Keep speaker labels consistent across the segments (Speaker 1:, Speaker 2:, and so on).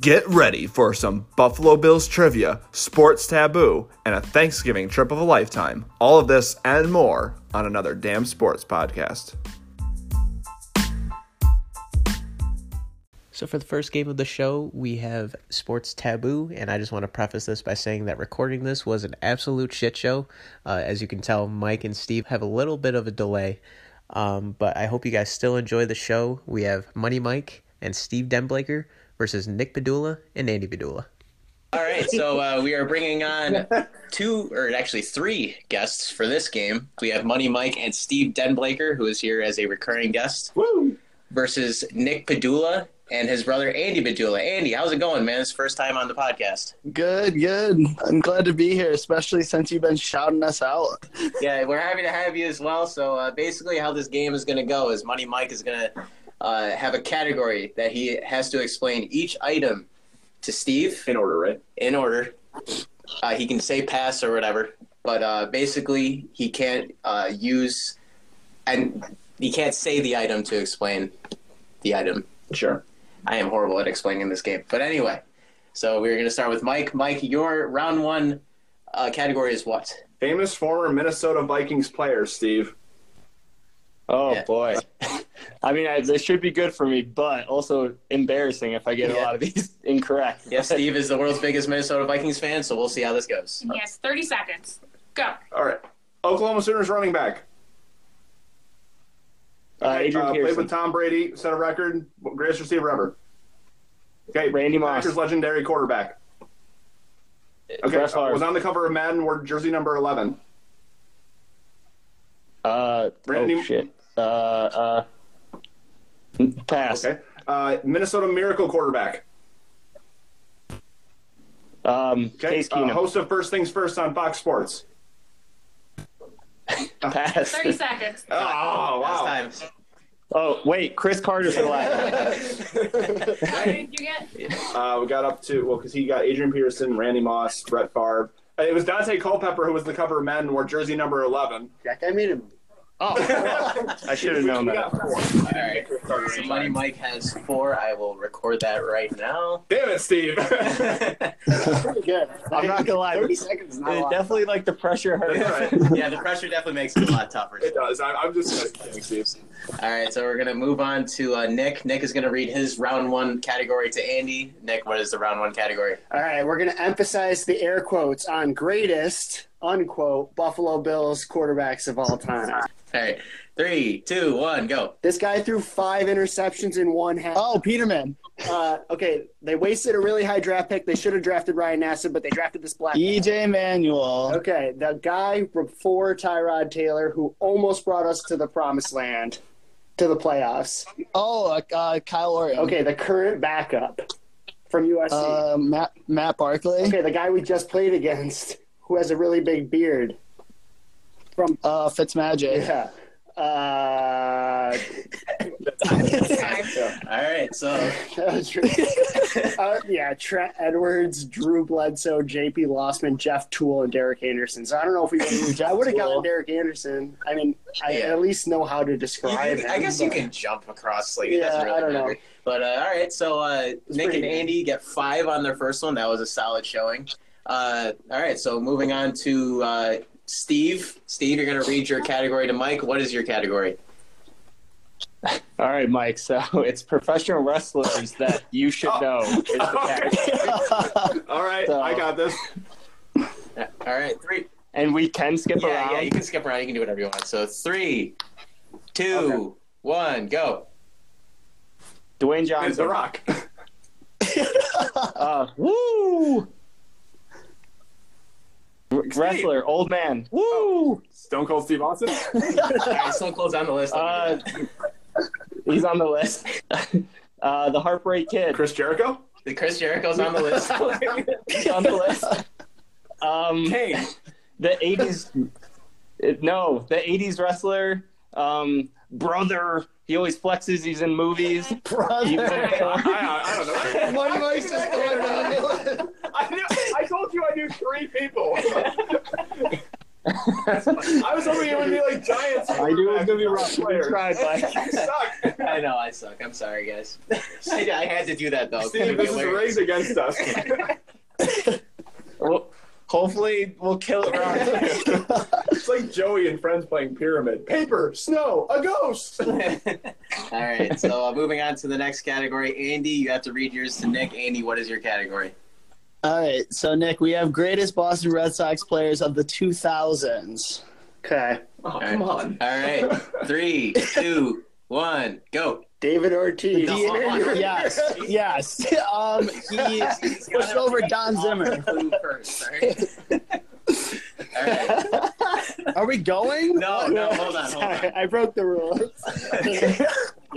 Speaker 1: Get ready for some Buffalo Bills trivia, sports taboo, and a Thanksgiving trip of a lifetime. All of this and more on another Damn Sports podcast.
Speaker 2: So, for the first game of the show, we have Sports Taboo, and I just want to preface this by saying that recording this was an absolute shit show. Uh, as you can tell, Mike and Steve have a little bit of a delay, um, but I hope you guys still enjoy the show. We have Money Mike and Steve Denblaker versus Nick Padula and Andy Padula.
Speaker 3: All right, so uh, we are bringing on two, or actually three guests for this game. We have Money Mike and Steve Denblaker, who is here as a recurring guest, versus Nick Padula and his brother Andy Padula. Andy, how's it going, man? It's first time on the podcast.
Speaker 4: Good, good. I'm glad to be here, especially since you've been shouting us out.
Speaker 3: Yeah, we're happy to have you as well. So uh, basically, how this game is going to go is Money Mike is going to uh, have a category that he has to explain each item to Steve
Speaker 5: in order, right?
Speaker 3: in order. Uh, he can say pass or whatever, but uh, basically he can't uh, use and he can't say the item to explain the item.
Speaker 5: Sure.
Speaker 3: I am horrible at explaining this game, but anyway. So we're gonna start with Mike. Mike, your round one uh, category is what?
Speaker 1: Famous former Minnesota Vikings player, Steve.
Speaker 4: Oh
Speaker 3: Yeah.
Speaker 4: boy. I mean, I, this should be good for me, but also embarrassing if I get
Speaker 3: Yeah.
Speaker 4: a lot of these incorrect.
Speaker 3: Yes, Steve is the world's biggest Minnesota Vikings fan, so we'll see how this goes.
Speaker 6: He has 30 seconds. Go.
Speaker 1: All right. Oklahoma Sooners running back.
Speaker 4: Uh, Adrian
Speaker 1: Uh, played
Speaker 4: Pearson,
Speaker 1: with Tom Brady, set a record, greatest receiver ever. Okay,
Speaker 4: Randy Moss,
Speaker 1: Packers legendary quarterback. Okay,
Speaker 4: Brett
Speaker 1: uh,
Speaker 4: Favre,
Speaker 1: was on the cover of Madden, wore jersey number 11.
Speaker 4: uh,
Speaker 1: Randy-
Speaker 4: oh shit, uh, uh, pass,
Speaker 1: Okay. Uh, Minnesota Miracle quarterback.
Speaker 4: um,
Speaker 1: Okay.
Speaker 4: Case
Speaker 1: Uh,
Speaker 4: Keenum,
Speaker 1: host of First Things First on Fox Sports.
Speaker 4: pass.
Speaker 6: 30 seconds.
Speaker 1: Oh, wow.
Speaker 3: Last time.
Speaker 4: Oh wait, Chris Carter for last.
Speaker 6: What did you get?
Speaker 1: Uh, we got up to, well, because he got Adrian Peterson, Randy Moss, Brett Favre. Uh, It was Dante Culpepper who was the cover of Madden, wore jersey number 11.
Speaker 7: That guy made him.
Speaker 4: Oh, I should have known
Speaker 1: We
Speaker 4: that.
Speaker 1: got four.
Speaker 3: All right. So Money Mike has four. I will record that right now.
Speaker 1: Damn it, Steve.
Speaker 7: Pretty good.
Speaker 4: I'm not gonna lie,
Speaker 7: 30 seconds is not a
Speaker 4: It
Speaker 7: lot.
Speaker 4: definitely like the pressure hurt.
Speaker 3: yeah, the pressure definitely makes it a lot tougher.
Speaker 1: it does. I, I'm just kidding, Steve.
Speaker 3: All right, so we're gonna move on to uh, Nick. Nick is gonna read his round one category to Andy. Nick, what is the round one category?
Speaker 7: All right, we're going to emphasize the air quotes on greatest, unquote, Buffalo Bills quarterbacks of all time.
Speaker 3: All right, three, two, one, go.
Speaker 7: This guy threw five interceptions in one half.
Speaker 8: Oh, Peterman.
Speaker 7: Uh, okay, they wasted a really high draft pick. They should have drafted Ryan Nassib, but they drafted this black.
Speaker 4: E
Speaker 7: guy.
Speaker 8: EJ Manuel.
Speaker 7: Okay, the guy before Tyrod Taylor who almost brought us to the promised land, to the playoffs.
Speaker 8: Oh, uh, uh, Kyle Orton.
Speaker 7: Okay, the current backup from USC.
Speaker 8: Uh, Matt Matt Barkley.
Speaker 7: Okay, the guy we just played against, who has a really big beard.
Speaker 8: Uh, Fitzmagic.
Speaker 7: Yeah. Uh,
Speaker 3: All right, so
Speaker 7: that was really- uh, yeah, Trent Edwards, Drew Bledsoe, J.P. Lossman, Jeff Toole, and Derek Anderson. So I don't know if we would. I would have gotten Derek Anderson. I mean, I
Speaker 3: Yeah.
Speaker 7: at least know how to
Speaker 3: you
Speaker 7: describe
Speaker 3: can,
Speaker 7: him.
Speaker 3: I guess you
Speaker 7: but-
Speaker 3: can jump across. Like it doesn't
Speaker 7: Yeah,
Speaker 3: really
Speaker 7: I don't know.
Speaker 3: matter. But uh, all right, so uh, Nick
Speaker 7: pretty
Speaker 3: and
Speaker 7: good.
Speaker 3: Andy get five on their first one. That was a solid showing. Uh, all right, so moving on to uh, Steve. Steve, you're gonna read your category to Mike. What is your category?
Speaker 4: All right, Mike. So it's professional wrestlers that you should know. Is the category.
Speaker 1: All right,
Speaker 4: So-
Speaker 1: I got this.
Speaker 3: All right, three.
Speaker 4: and we can skip
Speaker 3: yeah,
Speaker 4: around.
Speaker 3: yeah, you can skip around. You can do whatever you want. So three, two, one, go.
Speaker 4: Dwayne
Speaker 1: It's The
Speaker 4: Johnson.
Speaker 1: Rock.
Speaker 4: Uh, woo! R- Wrestler, old man. Woo!
Speaker 1: Oh, Stone Cold Steve Austin.
Speaker 3: All right, Stone Cold's on the list.
Speaker 4: Uh, he's on the list. Uh, the Heartbreak Kid.
Speaker 1: Chris Jericho.
Speaker 3: Chris Jericho's on the list.
Speaker 4: He's on the list. Um,
Speaker 1: Kane.
Speaker 4: the '80s. it- no, the '80s wrestler. Um, brother. He always flexes. He's in movies.
Speaker 1: I, I, I don't know.
Speaker 8: One voice is going on.
Speaker 1: I, knew, I told you I knew three people.
Speaker 9: I was hoping it would be like Giants.
Speaker 10: I knew it was gonna be rough.
Speaker 9: Player.
Speaker 10: Tried, Mike.
Speaker 9: You suck.
Speaker 11: I know I suck. I'm sorry, guys. I, I had to do that though. It's gonna
Speaker 9: Steve,
Speaker 11: be
Speaker 9: this is a race
Speaker 11: hilarious.
Speaker 9: against us.
Speaker 10: Well, hopefully, we'll kill it right.
Speaker 9: it's like Joey and friends playing pyramid. Paper, snow, a ghost.
Speaker 11: All right, so uh, moving on to the next category. Andy, you have to read yours to Nick. Andy, what is your category?
Speaker 4: All right, so Nick, we have greatest Boston Red Sox players of the 2000s.
Speaker 12: Okay.
Speaker 9: Oh, come on.
Speaker 11: All right, three, two, one, go.
Speaker 12: David Ortiz.
Speaker 11: No,
Speaker 12: Dean-
Speaker 4: Yes, yes. Um, he pushed over Don Zimmer.
Speaker 11: Who first, all right? All right.
Speaker 4: Are we going?
Speaker 11: No, no, hold on, hold on.
Speaker 12: Sorry, I broke the rules.
Speaker 11: You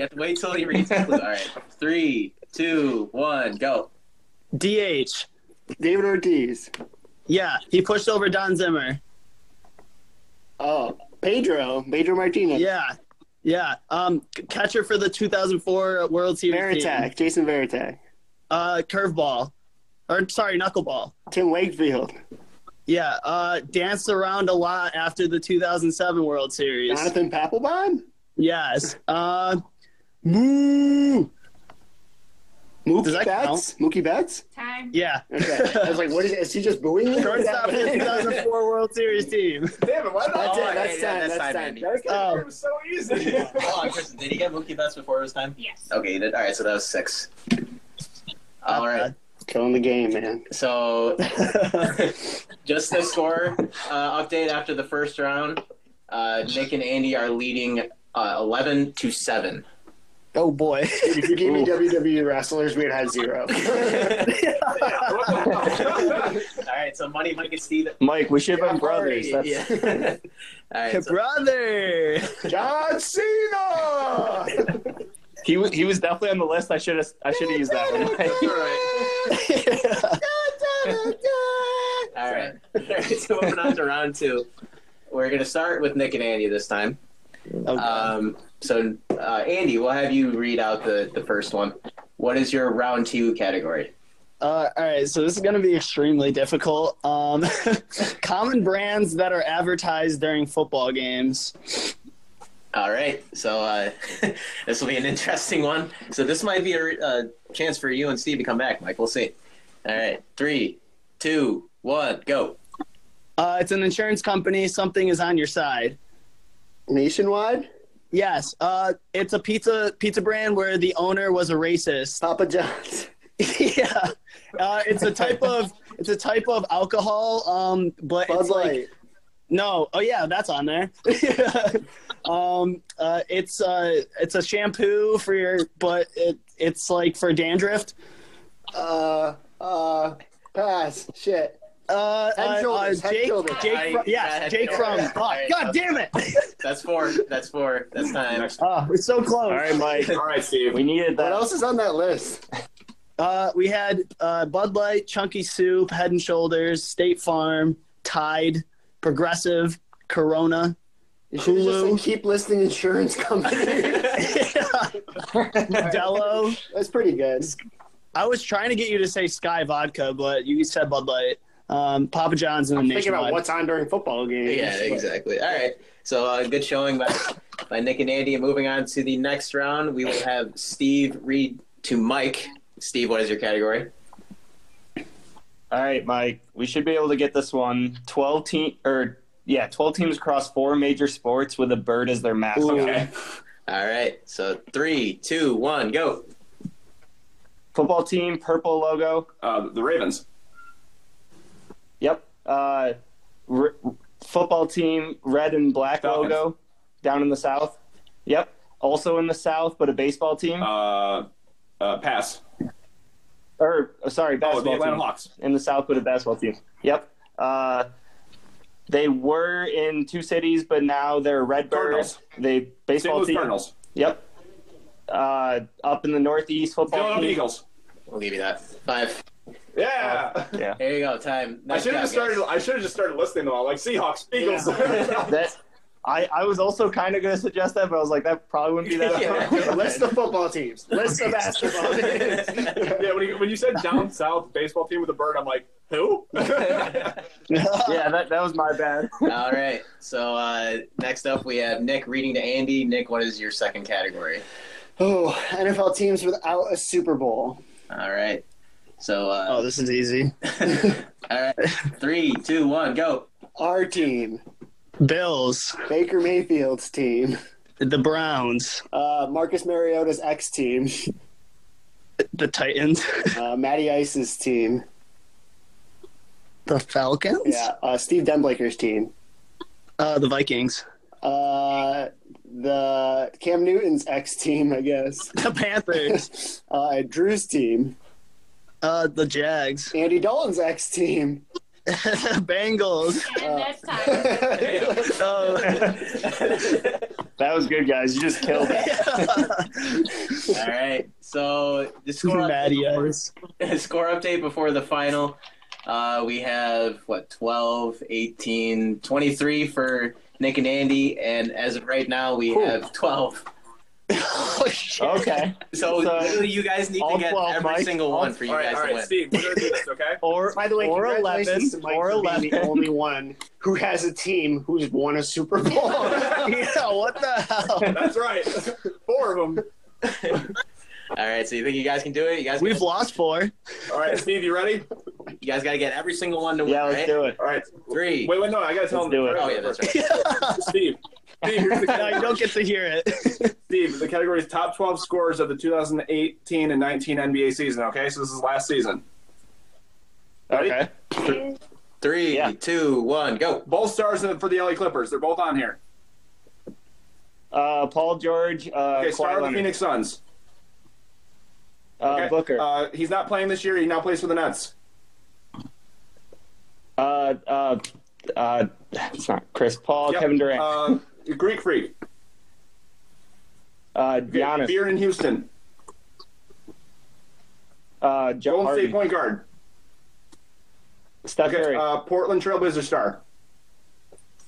Speaker 11: have to wait till he reads the clue. All right, three, two, one, go.
Speaker 4: DH.
Speaker 12: David Ortiz.
Speaker 4: Yeah, he pushed over Don Zimmer.
Speaker 12: Oh, Pedro. Pedro Martinez.
Speaker 4: Yeah, yeah. Um, c- catcher for the 2004 World Series. team.
Speaker 12: Veritek. Jason Veritek.
Speaker 4: Uh, curveball, or sorry, knuckleball.
Speaker 12: Tim Wakefield.
Speaker 4: Yeah, uh, danced around a lot after the 2007 World Series.
Speaker 12: Jonathan Papelbon?
Speaker 4: Yes. Uh, moo.
Speaker 12: Mookie
Speaker 4: Does that
Speaker 12: Betts? Mookie Betts?
Speaker 6: Time.
Speaker 4: Yeah.
Speaker 12: Okay. I was like, what is, is he just booing me? What is
Speaker 4: Shortstop for the
Speaker 12: happening?
Speaker 4: 2004 World Series team. Um,
Speaker 9: Damn it, why did I
Speaker 12: That's
Speaker 11: Oh,
Speaker 12: it. That's time.
Speaker 11: yeah, yeah, that's
Speaker 12: That's
Speaker 11: time,
Speaker 12: time.
Speaker 11: Andy.
Speaker 12: That's good.
Speaker 9: It
Speaker 10: Um,
Speaker 9: was so easy.
Speaker 11: Hold on, Kristen. Oh, Did he get Mookie Betts before it was time? Uh,
Speaker 6: Yes.
Speaker 11: Okay, he did. All right, so that was six. All right.
Speaker 12: Killing the game, man.
Speaker 11: So, just the score uh, update after the first round. Uh, Nick and Andy are leading uh, 11 to 7.
Speaker 4: Oh boy.
Speaker 12: Dude, if you gave me WWE wrestlers, we'd have zero.
Speaker 11: All
Speaker 9: Damn,
Speaker 11: right, so Money Mike and Steve.
Speaker 10: Mike, we should have been brothers. That's
Speaker 11: Yeah. All right, so,
Speaker 4: Brother.
Speaker 9: John Cena.
Speaker 10: he. wa- He was definitely on the list. I should have. I should have used that one.
Speaker 11: all right. All right. All right, so moving on to round two. We're going to start with Nick and Andy this time.
Speaker 4: uh,
Speaker 11: Um, so, uh, Andy, we'll have you read out the, the first one. What is your round two category?
Speaker 4: Uh, all right, so this is going to be extremely difficult. Um, common brands that are advertised during football games.
Speaker 11: All right, so uh, this will be an interesting one. So this might be a uh, chance for you and Steve to come back, Mike. We'll see. All right, three, two, one, go.
Speaker 4: Uh, it's an insurance company. Something is on your side.
Speaker 12: Nationwide?
Speaker 4: Yes. Uh, it's a pizza pizza brand where the owner was a racist.
Speaker 12: Papa John's.
Speaker 4: yeah, uh, it's a type of it's a type of alcohol. Um, but
Speaker 12: Bud
Speaker 4: it's like
Speaker 12: Light.
Speaker 4: no, oh yeah, that's on there. um, uh, it's uh, it's a shampoo for your, but it it's like for dandruff.
Speaker 12: Uh, uh, pass. Shit.
Speaker 4: Uh,
Speaker 12: Head
Speaker 4: uh,
Speaker 12: shoulders,
Speaker 4: uh,
Speaker 12: head
Speaker 4: Jake,
Speaker 12: shoulders.
Speaker 4: Jake,
Speaker 11: I-
Speaker 4: Fro-
Speaker 11: I-
Speaker 4: yes, Jake from.
Speaker 11: All right,
Speaker 4: God damn it!
Speaker 11: That's four. That's four. That's time.
Speaker 4: Oh, it's so close.
Speaker 10: All right, Mike.
Speaker 9: All right, Steve.
Speaker 10: We needed
Speaker 12: What
Speaker 10: that.
Speaker 12: else is on that list?
Speaker 4: Uh, we had uh, Bud Light, Chunky Soup, Head and Shoulders, State Farm, Tide, Progressive, Corona.
Speaker 12: You should just
Speaker 4: Hulu.
Speaker 12: like, keep listing insurance companies.
Speaker 4: Modelo.
Speaker 12: That's pretty good.
Speaker 4: I was trying to get you to say Sky Vodka, but you said Bud Light. Um, Papa John's and
Speaker 12: Think about
Speaker 4: Nationwide.
Speaker 12: what's on during football games.
Speaker 11: Yeah, exactly. All right, so uh, good showing by, by Nick and Andy. And moving on to the next round, we will have Steve read to Mike. Steve, what is your category?
Speaker 10: All right, Mike. We should be able to get this one. Twelve team or yeah, twelve teams across four major sports with a bird as their mascot.
Speaker 9: Okay.
Speaker 11: All right, so three, two, one, go.
Speaker 10: Football team, purple logo.
Speaker 9: Uh, the Ravens.
Speaker 10: Yep. Uh, r- football team, red and black
Speaker 9: Falcons.
Speaker 10: logo, down in the south. Yep. Also in the south, but a baseball team.
Speaker 9: Uh, uh, pass.
Speaker 10: or uh, sorry,
Speaker 9: Oh, the
Speaker 10: basketball
Speaker 9: Atlanta
Speaker 10: team.
Speaker 9: Hawks.
Speaker 10: In the south, but a basketball team. Yep. Uh, they were in two cities, but now they're Redbirds.
Speaker 9: Cardinals.
Speaker 10: They
Speaker 9: St.
Speaker 10: baseball
Speaker 9: Louis
Speaker 10: team.
Speaker 9: Cardinals.
Speaker 10: Yep. Uh, up in the northeast, football
Speaker 9: Philadelphia
Speaker 10: team.
Speaker 9: Eagles.
Speaker 11: We'll give you that. Five.
Speaker 9: Yeah.
Speaker 10: Yeah.
Speaker 11: There you go. Time.
Speaker 9: I
Speaker 11: Nice
Speaker 9: should have
Speaker 11: job,
Speaker 9: just started.
Speaker 11: guys.
Speaker 9: I should have just started listing them all, like Seahawks, Eagles.
Speaker 10: That I, I was also kind of going to suggest that, but I was like, that probably wouldn't be that.
Speaker 11: Yeah.
Speaker 10: fun.
Speaker 7: List the football teams. List the basketball teams.
Speaker 9: yeah, when you, when you said down south baseball team with a bird, I'm like, who?
Speaker 10: yeah, that, that was my bad.
Speaker 11: All right. So uh, next up, we have Nick reading to Andy. Nick, what is your second category?
Speaker 7: Oh, NFL teams without a Super Bowl.
Speaker 11: All right. So uh,
Speaker 4: Oh, this is easy.
Speaker 11: all right, three, two, one, go.
Speaker 7: Our team,
Speaker 4: Bills,
Speaker 7: Baker Mayfield's team,
Speaker 4: the Browns,
Speaker 7: uh, Marcus Mariota's ex team,
Speaker 4: the Titans,
Speaker 7: uh, Matty Ice's team,
Speaker 4: the Falcons,
Speaker 7: yeah, uh, Steve Denblaker's team,
Speaker 4: uh, the Vikings,
Speaker 7: uh, the Cam Newton's ex team, I guess,
Speaker 4: the Panthers,
Speaker 7: uh, Drew's team,
Speaker 4: uh, the Jags,
Speaker 7: Andy Dalton's ex team.
Speaker 4: Bengals.
Speaker 1: Uh,
Speaker 6: And that's time.
Speaker 7: All
Speaker 4: Oh.
Speaker 10: That was good, guys. You just killed it.
Speaker 11: All right. So the score
Speaker 4: Matty
Speaker 11: update
Speaker 4: Ice.
Speaker 11: before, score update before the final. Uh, we have what 12, 18, 23 for Nick and Andy, and as of right now, we have 12.
Speaker 7: Oh,
Speaker 10: Okay.
Speaker 11: So,
Speaker 10: So,
Speaker 11: literally you guys need to
Speaker 10: all
Speaker 11: get
Speaker 10: 12,
Speaker 11: every
Speaker 10: Mike.
Speaker 11: single
Speaker 10: All-
Speaker 11: one for you
Speaker 9: right,
Speaker 11: guys
Speaker 9: all
Speaker 11: to
Speaker 9: right,
Speaker 11: win.
Speaker 9: Steve, we're going to do this, okay?
Speaker 10: Or
Speaker 7: By the way,
Speaker 10: or eleven,
Speaker 7: congratulations to Mike
Speaker 10: or
Speaker 7: for being
Speaker 10: eleven.
Speaker 7: the only one who has a team who's won a Super Bowl.
Speaker 4: yeah, what the hell?
Speaker 9: That's right. Four of them.
Speaker 11: All right. So you think you guys can do it? You guys,
Speaker 4: We've lost four.
Speaker 9: All right, Steve, you ready?
Speaker 11: you guys got to get every single one to win.
Speaker 10: Yeah, let's
Speaker 11: right?
Speaker 10: do it.
Speaker 9: All right.
Speaker 11: Three.
Speaker 9: Wait, wait, no, I got to tell
Speaker 10: Let's
Speaker 9: him.
Speaker 10: do it.
Speaker 11: Oh yeah, that's right.
Speaker 9: Steve. Steve, here's the
Speaker 4: No, you
Speaker 9: category.
Speaker 4: don't get to hear it.
Speaker 9: Steve, the category's top 12 scores of the 2018 and 19 NBA season, okay? So this is last season. Ready?
Speaker 10: Okay.
Speaker 11: Three,
Speaker 10: Yeah.
Speaker 11: two, one, go.
Speaker 9: Both stars for the LA Clippers. They're both on here.
Speaker 10: Uh, Paul George, uh,
Speaker 9: Okay,
Speaker 10: Kawhi
Speaker 9: star of the
Speaker 10: Leonard.
Speaker 9: Phoenix Suns.
Speaker 10: uh,
Speaker 9: Okay.
Speaker 10: Booker, uh,
Speaker 9: Uh, he's not playing this year. He now plays for the Nets.
Speaker 10: uh, uh, it's not Chris Paul,
Speaker 9: Yep.
Speaker 10: Kevin Durant, uh,
Speaker 9: Uh, Greek Freak.
Speaker 10: Uh, Giannis,
Speaker 9: Beer in Houston.
Speaker 10: uh, Joe
Speaker 9: Golden
Speaker 10: Harden,
Speaker 9: State point guard.
Speaker 10: Steph
Speaker 9: Okay,
Speaker 10: Curry,
Speaker 9: uh, Portland Trailblazer star.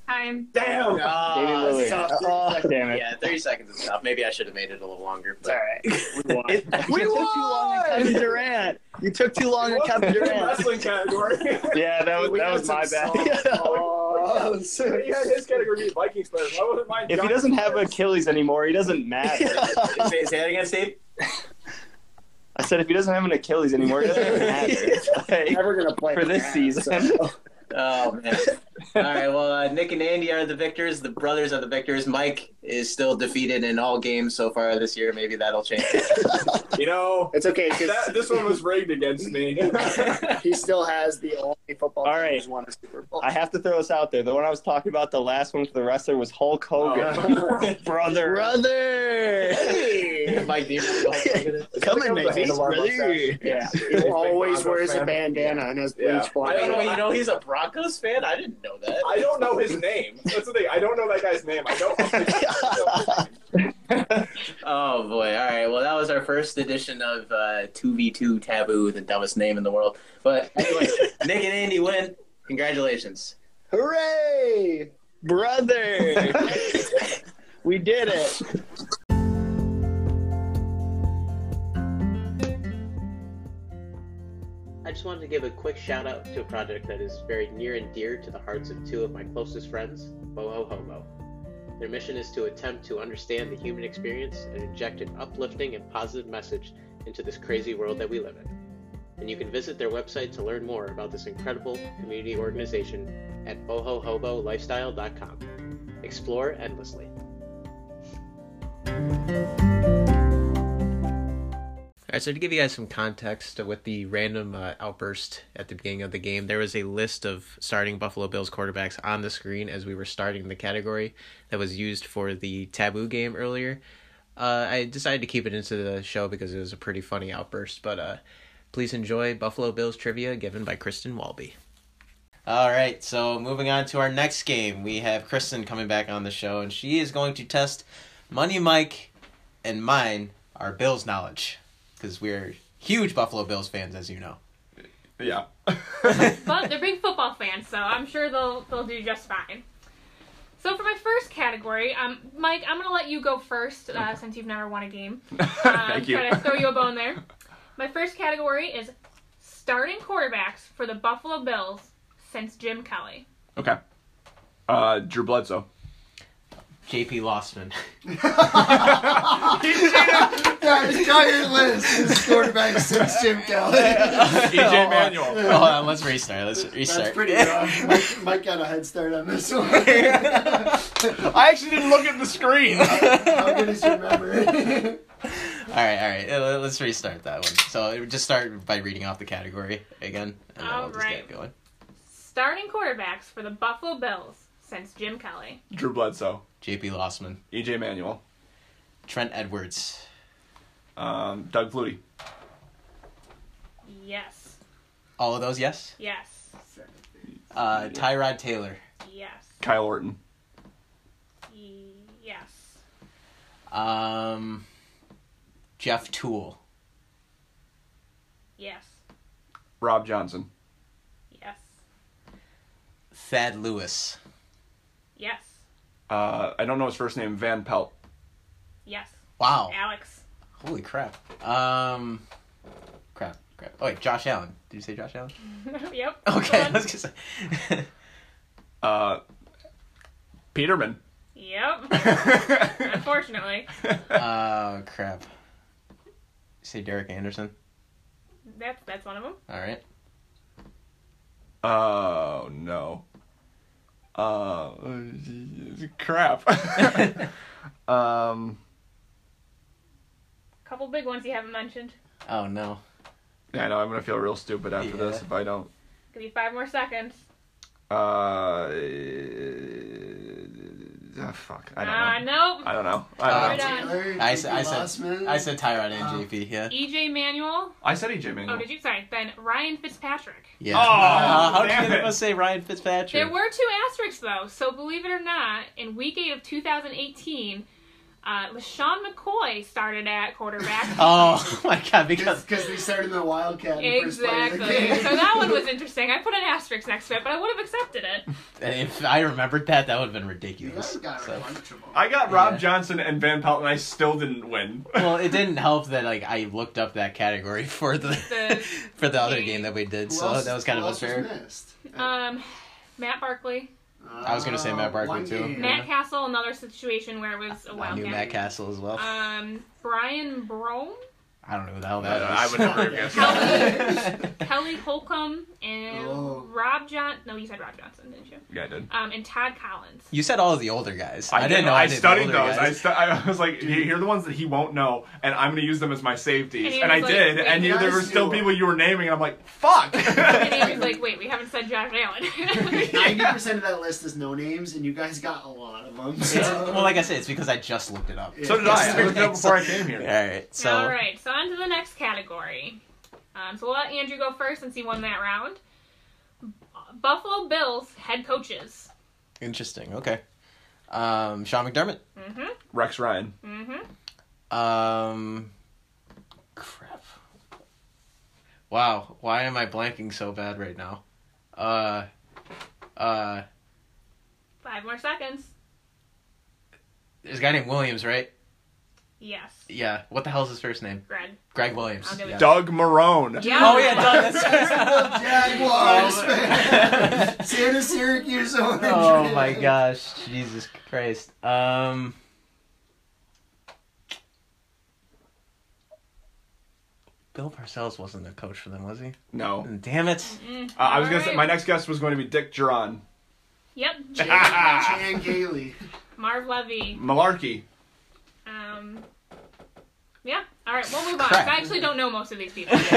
Speaker 6: Time.
Speaker 9: Damn.
Speaker 10: Damian
Speaker 11: Ah,
Speaker 10: Lillard.
Speaker 4: Uh,
Speaker 10: Damn it.
Speaker 11: yeah, 30 seconds is enough. Maybe I should have made it a little longer. But...
Speaker 7: right.
Speaker 10: We won.
Speaker 4: you took too long on Kevin Durant. You took too long on Kevin
Speaker 9: You're in
Speaker 4: Durant.
Speaker 9: wrestling category.
Speaker 10: Yeah, that was,
Speaker 9: We
Speaker 10: that
Speaker 9: had
Speaker 10: was my
Speaker 9: some
Speaker 10: bad.
Speaker 9: songs.
Speaker 7: Oh,
Speaker 9: He had his category beat Vikings players. Why wasn't mine?
Speaker 10: If he
Speaker 9: Giannis
Speaker 10: doesn't have
Speaker 9: players?
Speaker 10: Achilles anymore, he doesn't matter.
Speaker 11: say, say that again, Steve.
Speaker 10: I said if he doesn't have an Achilles anymore, it doesn't matter. Like,
Speaker 7: never gonna play
Speaker 10: for this season.
Speaker 11: Oh, man. All right, well, uh, Nick and Andy are the victors. The brothers are the victors. Mike is still defeated in all games so far this year. Maybe that'll change.
Speaker 9: you know,
Speaker 7: It's okay
Speaker 9: that,
Speaker 7: because
Speaker 9: this one was rigged against me.
Speaker 7: he still has the only football
Speaker 10: All
Speaker 7: team
Speaker 10: right.
Speaker 7: who's won a Super Bowl.
Speaker 10: I have to throw this out there. The one I was talking about, the last one for the wrestler was Hulk Hogan. Brother.
Speaker 4: Brother,
Speaker 7: Hey,
Speaker 11: Mike, do you remember-
Speaker 4: come and make
Speaker 9: Handle
Speaker 4: these,
Speaker 9: our
Speaker 4: brother.
Speaker 7: yeah,
Speaker 9: Big
Speaker 7: he always
Speaker 9: Broncos
Speaker 7: wears
Speaker 9: fan.
Speaker 7: a bandana and has bleach
Speaker 9: Yeah.
Speaker 7: blonde.
Speaker 9: I
Speaker 11: Wait,
Speaker 9: don't
Speaker 11: wait, you know he's a Broncos fan? I didn't know that.
Speaker 9: I don't know his name. That's the thing. I don't know that guy's name. I don't.
Speaker 11: Oh boy! All right. Well, that was our first edition of uh, two v two taboo, the dumbest name in the world. But anyway, Nick and Andy win. Congratulations.
Speaker 7: Hooray!
Speaker 4: Brother, we did it.
Speaker 3: I just wanted to give a quick shout out to a project that is very near and dear to the hearts of two of my closest friends, Boho Homo. Their mission is to attempt to understand the human experience and inject an uplifting and positive message into this crazy world that we live in. And you can visit their website to learn more about this incredible community organization at bohohobolifestyle.com. Explore endlessly. All right, so to give you guys some context with the random uh, outburst at the beginning of the game, there was a list of starting Buffalo Bills quarterbacks on the screen as we were starting the category that was used for the taboo game earlier. Uh, I decided to keep it into the show because it was a pretty funny outburst, but uh, please enjoy Buffalo Bills trivia given by Kristen Walby. All right, so moving on to our next game, we have Kristen coming back on the show, and she is going to test Money Mike and mine, our Bills knowledge because we're huge Buffalo Bills fans, as you know.
Speaker 9: yeah.
Speaker 6: But they're big football fans, so I'm sure they'll they'll do just fine. So for my first category, um, Mike, I'm gonna let you go first uh, since you've never won a game. Um,
Speaker 1: Thank you.
Speaker 6: Try to throw you a bone there. My first category is starting quarterbacks for the Buffalo Bills since Jim Kelly.
Speaker 1: Okay. Uh, Drew Bledsoe.
Speaker 3: JP Lossman.
Speaker 4: Guys, got your list. This quarterback since Jim Kelly.
Speaker 1: EJ Manuel.
Speaker 3: Hold on, uh, let's restart. Let's
Speaker 4: That's
Speaker 3: restart.
Speaker 4: pretty rough. Mike, Mike got a head start on this one.
Speaker 1: I actually didn't look at the screen.
Speaker 4: How good is your memory?
Speaker 3: All right, all right. uh, Let's restart that one. So uh, just start by reading off the category again, and then
Speaker 6: All
Speaker 3: we'll just
Speaker 6: right.
Speaker 3: get going.
Speaker 6: Starting quarterbacks for the Buffalo Bills since Jim Kelly.
Speaker 1: Drew Bledsoe.
Speaker 3: JP Lossman,
Speaker 1: EJ Manuel.
Speaker 3: Trent Edwards,
Speaker 1: Um, Doug Flutie.
Speaker 6: Yes.
Speaker 3: all of those, yes.
Speaker 6: Yes.
Speaker 3: Uh, Tyrod Taylor,
Speaker 6: Yes.
Speaker 1: Kyle Orton.
Speaker 6: Yes.
Speaker 3: um, Jeff Toole,
Speaker 6: Yes.
Speaker 1: Rob Johnson.
Speaker 6: Yes.
Speaker 3: Thad Lewis,
Speaker 6: Yes.
Speaker 1: Uh, I don't know his first name. Van Pelt.
Speaker 6: Yes.
Speaker 1: Oh.
Speaker 3: Wow.
Speaker 6: Alex.
Speaker 3: Holy crap. Um, crap, crap. Oh, wait, Josh Allen. Did you say Josh Allen?
Speaker 6: yep.
Speaker 3: Okay, I
Speaker 6: Done.
Speaker 3: was gonna say.
Speaker 1: Uh, Peterman.
Speaker 6: Yep. Unfortunately,
Speaker 3: oh, crap. Say Derek Anderson.
Speaker 6: that's that's one of them.
Speaker 3: All right.
Speaker 1: Oh no. Uh, crap. um,
Speaker 6: couple big ones you haven't mentioned.
Speaker 3: Oh no.
Speaker 1: yeah, I know I'm gonna feel real stupid after this
Speaker 3: Yeah.
Speaker 1: if I don't.
Speaker 6: Give you five more seconds.
Speaker 1: Uh, uh, fuck. I don't
Speaker 6: Ah,
Speaker 1: know.
Speaker 6: nope.
Speaker 1: I don't know. I don't
Speaker 3: Uh,
Speaker 1: know.
Speaker 6: done.
Speaker 4: Taylor,
Speaker 3: I said, I
Speaker 4: J.P.
Speaker 3: said,
Speaker 4: Lossman.
Speaker 3: I said Tyrod and
Speaker 4: Oh.
Speaker 3: JP. Yeah.
Speaker 6: EJ Manuel.
Speaker 1: I said EJ
Speaker 6: Oh,
Speaker 1: Manuel.
Speaker 6: did you? Sorry. Then Ryan Fitzpatrick.
Speaker 3: Yeah.
Speaker 1: Oh,
Speaker 3: Uh, how
Speaker 1: damn
Speaker 3: can
Speaker 1: it.
Speaker 3: you say Ryan Fitzpatrick?
Speaker 6: There were two asterisks though, so believe it or not, in week eight of 2018, uh, LaShawn McCoy started at quarterback.
Speaker 3: Oh my god! Because
Speaker 4: Because they started the Wildcat in the first play of
Speaker 6: Exactly.
Speaker 4: the
Speaker 6: so
Speaker 4: game.
Speaker 6: that one was interesting. I put an asterisk next to it, but I would have accepted it.
Speaker 3: if I remembered that, that would have been
Speaker 4: You
Speaker 3: ridiculous.
Speaker 4: guys got
Speaker 3: So-
Speaker 4: lunchable.
Speaker 1: I got Rob
Speaker 3: Yeah.
Speaker 1: Johnson and Van Pelt, and I still didn't win.
Speaker 3: well, it didn't help that like I looked up that category for the,
Speaker 6: The
Speaker 3: for the other
Speaker 6: game.
Speaker 3: game that we did,
Speaker 4: Who
Speaker 3: so
Speaker 4: else-
Speaker 3: that was kind
Speaker 4: who
Speaker 3: of
Speaker 4: else was
Speaker 3: unfair.
Speaker 4: missed?
Speaker 6: Um, Matt Barkley,
Speaker 4: I
Speaker 3: was gonna say Matt Barkley,
Speaker 4: Uh,
Speaker 3: too.
Speaker 6: Matt Castle, another situation where it was a
Speaker 3: I
Speaker 6: wild
Speaker 3: knew Matt Castle as well.
Speaker 6: Um, Brian Brome,
Speaker 3: I don't know who the hell
Speaker 1: I, don't know, I
Speaker 3: that
Speaker 1: would never have guessed. that.
Speaker 3: is.
Speaker 6: Kelly Holcomb, and
Speaker 4: Oh.
Speaker 6: Rob John. No, you said Rob Johnson, didn't you?
Speaker 1: Yeah, I did.
Speaker 6: Um, and Todd Collins.
Speaker 3: you said all of the older guys. I,
Speaker 1: I,
Speaker 3: didn't know.
Speaker 1: I
Speaker 3: did the
Speaker 1: studied
Speaker 3: older
Speaker 1: those. I,
Speaker 3: guys.
Speaker 1: stu- I was like, here are the ones that he won't know, and I'm going to use them as my safeties.
Speaker 6: And
Speaker 1: And,
Speaker 6: he
Speaker 1: I
Speaker 6: was like,
Speaker 1: did,
Speaker 6: wait,
Speaker 1: and you,
Speaker 4: you
Speaker 1: there
Speaker 4: guys
Speaker 1: were still
Speaker 4: knew.
Speaker 1: people you were naming, and I'm like, fuck!
Speaker 6: And he was like, "Wait, we haven't said Josh Allen."
Speaker 4: Ninety percent of that list is no names, and you guys got a lot of them. So.
Speaker 3: It's- well, like I said, it's because I just looked it up.
Speaker 1: so did I. I looked it up before I came
Speaker 3: All
Speaker 1: here.
Speaker 3: right. So.
Speaker 6: All right, so on to the next category. Um, so we'll let Andrew go first since he won that round. Buffalo Bills head coaches.
Speaker 3: Interesting. Okay. Um, Sean McDermott.
Speaker 6: Mm-hmm.
Speaker 1: Rex Ryan.
Speaker 6: Mm-hmm.
Speaker 3: Um, crap. Wow. Why am I blanking so bad right now? Uh, uh,
Speaker 6: Five more seconds.
Speaker 3: there's a guy named Williams, right?
Speaker 6: Yes.
Speaker 3: Yeah. What the hell's his first name?
Speaker 6: Greg.
Speaker 3: Greg Williams.
Speaker 6: I'll give it
Speaker 3: Yeah.
Speaker 1: Doug Marone.
Speaker 3: Oh yeah, Doug. That's
Speaker 4: Jaguars, man. Santa Syracuse Orange.
Speaker 3: oh my gosh, Jesus Christ. Um. Bill Parcells wasn't a coach for them, was he?
Speaker 1: No.
Speaker 3: Damn it.
Speaker 6: Mm,
Speaker 1: Uh, I was going to
Speaker 6: all
Speaker 1: say,
Speaker 6: right.
Speaker 1: my next guess was going to be Dick Duran.
Speaker 6: Yep.
Speaker 4: Chan Gailey.
Speaker 6: Marv Levy.
Speaker 1: Malarkey.
Speaker 6: Um. Yeah. All right, we'll move on.
Speaker 3: Crap.
Speaker 6: I actually don't know most of these people.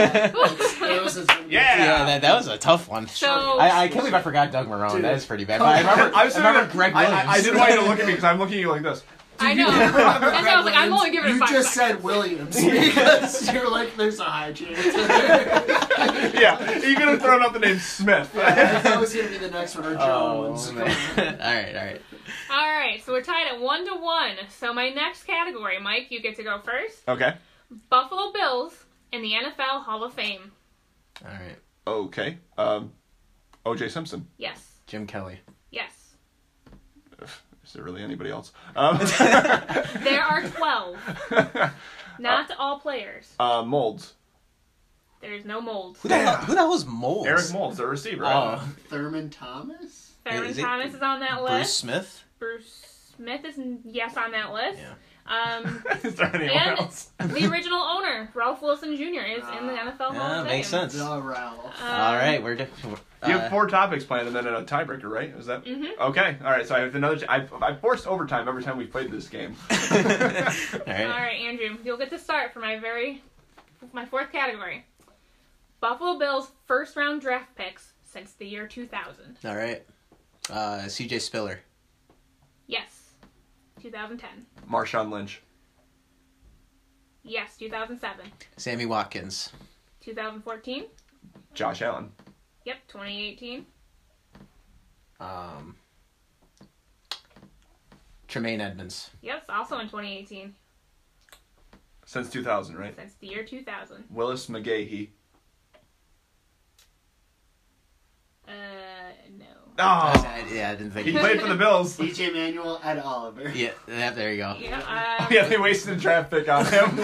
Speaker 4: Wales is gonna be-
Speaker 3: Yeah, that, that was a tough one.
Speaker 6: so
Speaker 3: I, I can't believe I forgot Doug Marone.
Speaker 4: Dude.
Speaker 3: That is pretty bad. But I remember, I
Speaker 1: was
Speaker 3: remember
Speaker 1: gonna-
Speaker 3: Greg
Speaker 1: I-
Speaker 3: Williams.
Speaker 1: I, I didn't want you to look at me because I'm looking at you like this.
Speaker 6: I know. That's why I was like, I'm only giving it
Speaker 4: You
Speaker 6: five
Speaker 4: just
Speaker 6: seconds.
Speaker 4: said Williams because you're like, there's a high chance.
Speaker 1: Yeah, you could have thrown out the name Smith.
Speaker 4: that was gonna be the next one, or Jones.
Speaker 3: Oh, man. all right, all right.
Speaker 6: All right, so we're tied at one to one. So my next category, Mike, you get to go first.
Speaker 1: okay.
Speaker 6: Buffalo Bills in the NFL Hall of Fame.
Speaker 3: All right.
Speaker 1: Okay. Um, OJ Simpson.
Speaker 6: Yes.
Speaker 3: Jim Kelly.
Speaker 6: Yes.
Speaker 1: Is there really anybody else? Um,
Speaker 6: There are 12. Not all players.
Speaker 1: uh, molds.
Speaker 6: There is no mold.
Speaker 1: Who the hell-
Speaker 3: who the hell is Molds?
Speaker 1: Eric Molds, the receiver.
Speaker 3: Oh.
Speaker 7: Thurman Thomas?
Speaker 6: Thurman
Speaker 3: Is it
Speaker 6: Thomas is on that
Speaker 3: Bruce
Speaker 6: list.
Speaker 3: Smith.
Speaker 6: Bruce Smith is n- yes on that list. Um,
Speaker 1: is there anyone
Speaker 6: and
Speaker 1: else? Ah.
Speaker 6: the original owner, Ralph Wilson Jr., is in the NFL Hall
Speaker 3: Yeah,
Speaker 6: of
Speaker 3: makes
Speaker 6: Fame.
Speaker 3: sense.
Speaker 7: The Ralph.
Speaker 3: All right, we're diff-
Speaker 1: You have four topics planned and then a tiebreaker, right? Is that
Speaker 6: Mhm.
Speaker 1: okay? All right. So I have another. I I forced overtime every time we played this game.
Speaker 3: All
Speaker 6: Um, All
Speaker 3: right.
Speaker 6: right, Andrew, you'll get to start for my very my fourth category. Buffalo Bills first round draft picks since the year 2000.
Speaker 3: All right. Uh, CJ Spiller.
Speaker 6: Yes. 2010.
Speaker 1: Marshawn Lynch,
Speaker 6: Yes, 2007.
Speaker 3: Sammy Watkins.
Speaker 6: 2014.
Speaker 1: Josh Allen,
Speaker 6: Yep, 2018.
Speaker 3: Um, Tremaine Edmonds.
Speaker 6: Yep, also in 2018
Speaker 1: since 2000, right?
Speaker 6: since the year 2000.
Speaker 1: Willis McGahee.
Speaker 6: Uh, no.
Speaker 1: Oh,
Speaker 3: I- yeah, I didn't think.
Speaker 1: he played for the Bills.
Speaker 7: DJ Manuel Ed Oliver.
Speaker 3: Yeah, yeah, there you go.
Speaker 6: Yeah,
Speaker 3: Oh,
Speaker 6: um,
Speaker 1: Yeah, they wasted a draft pick on him.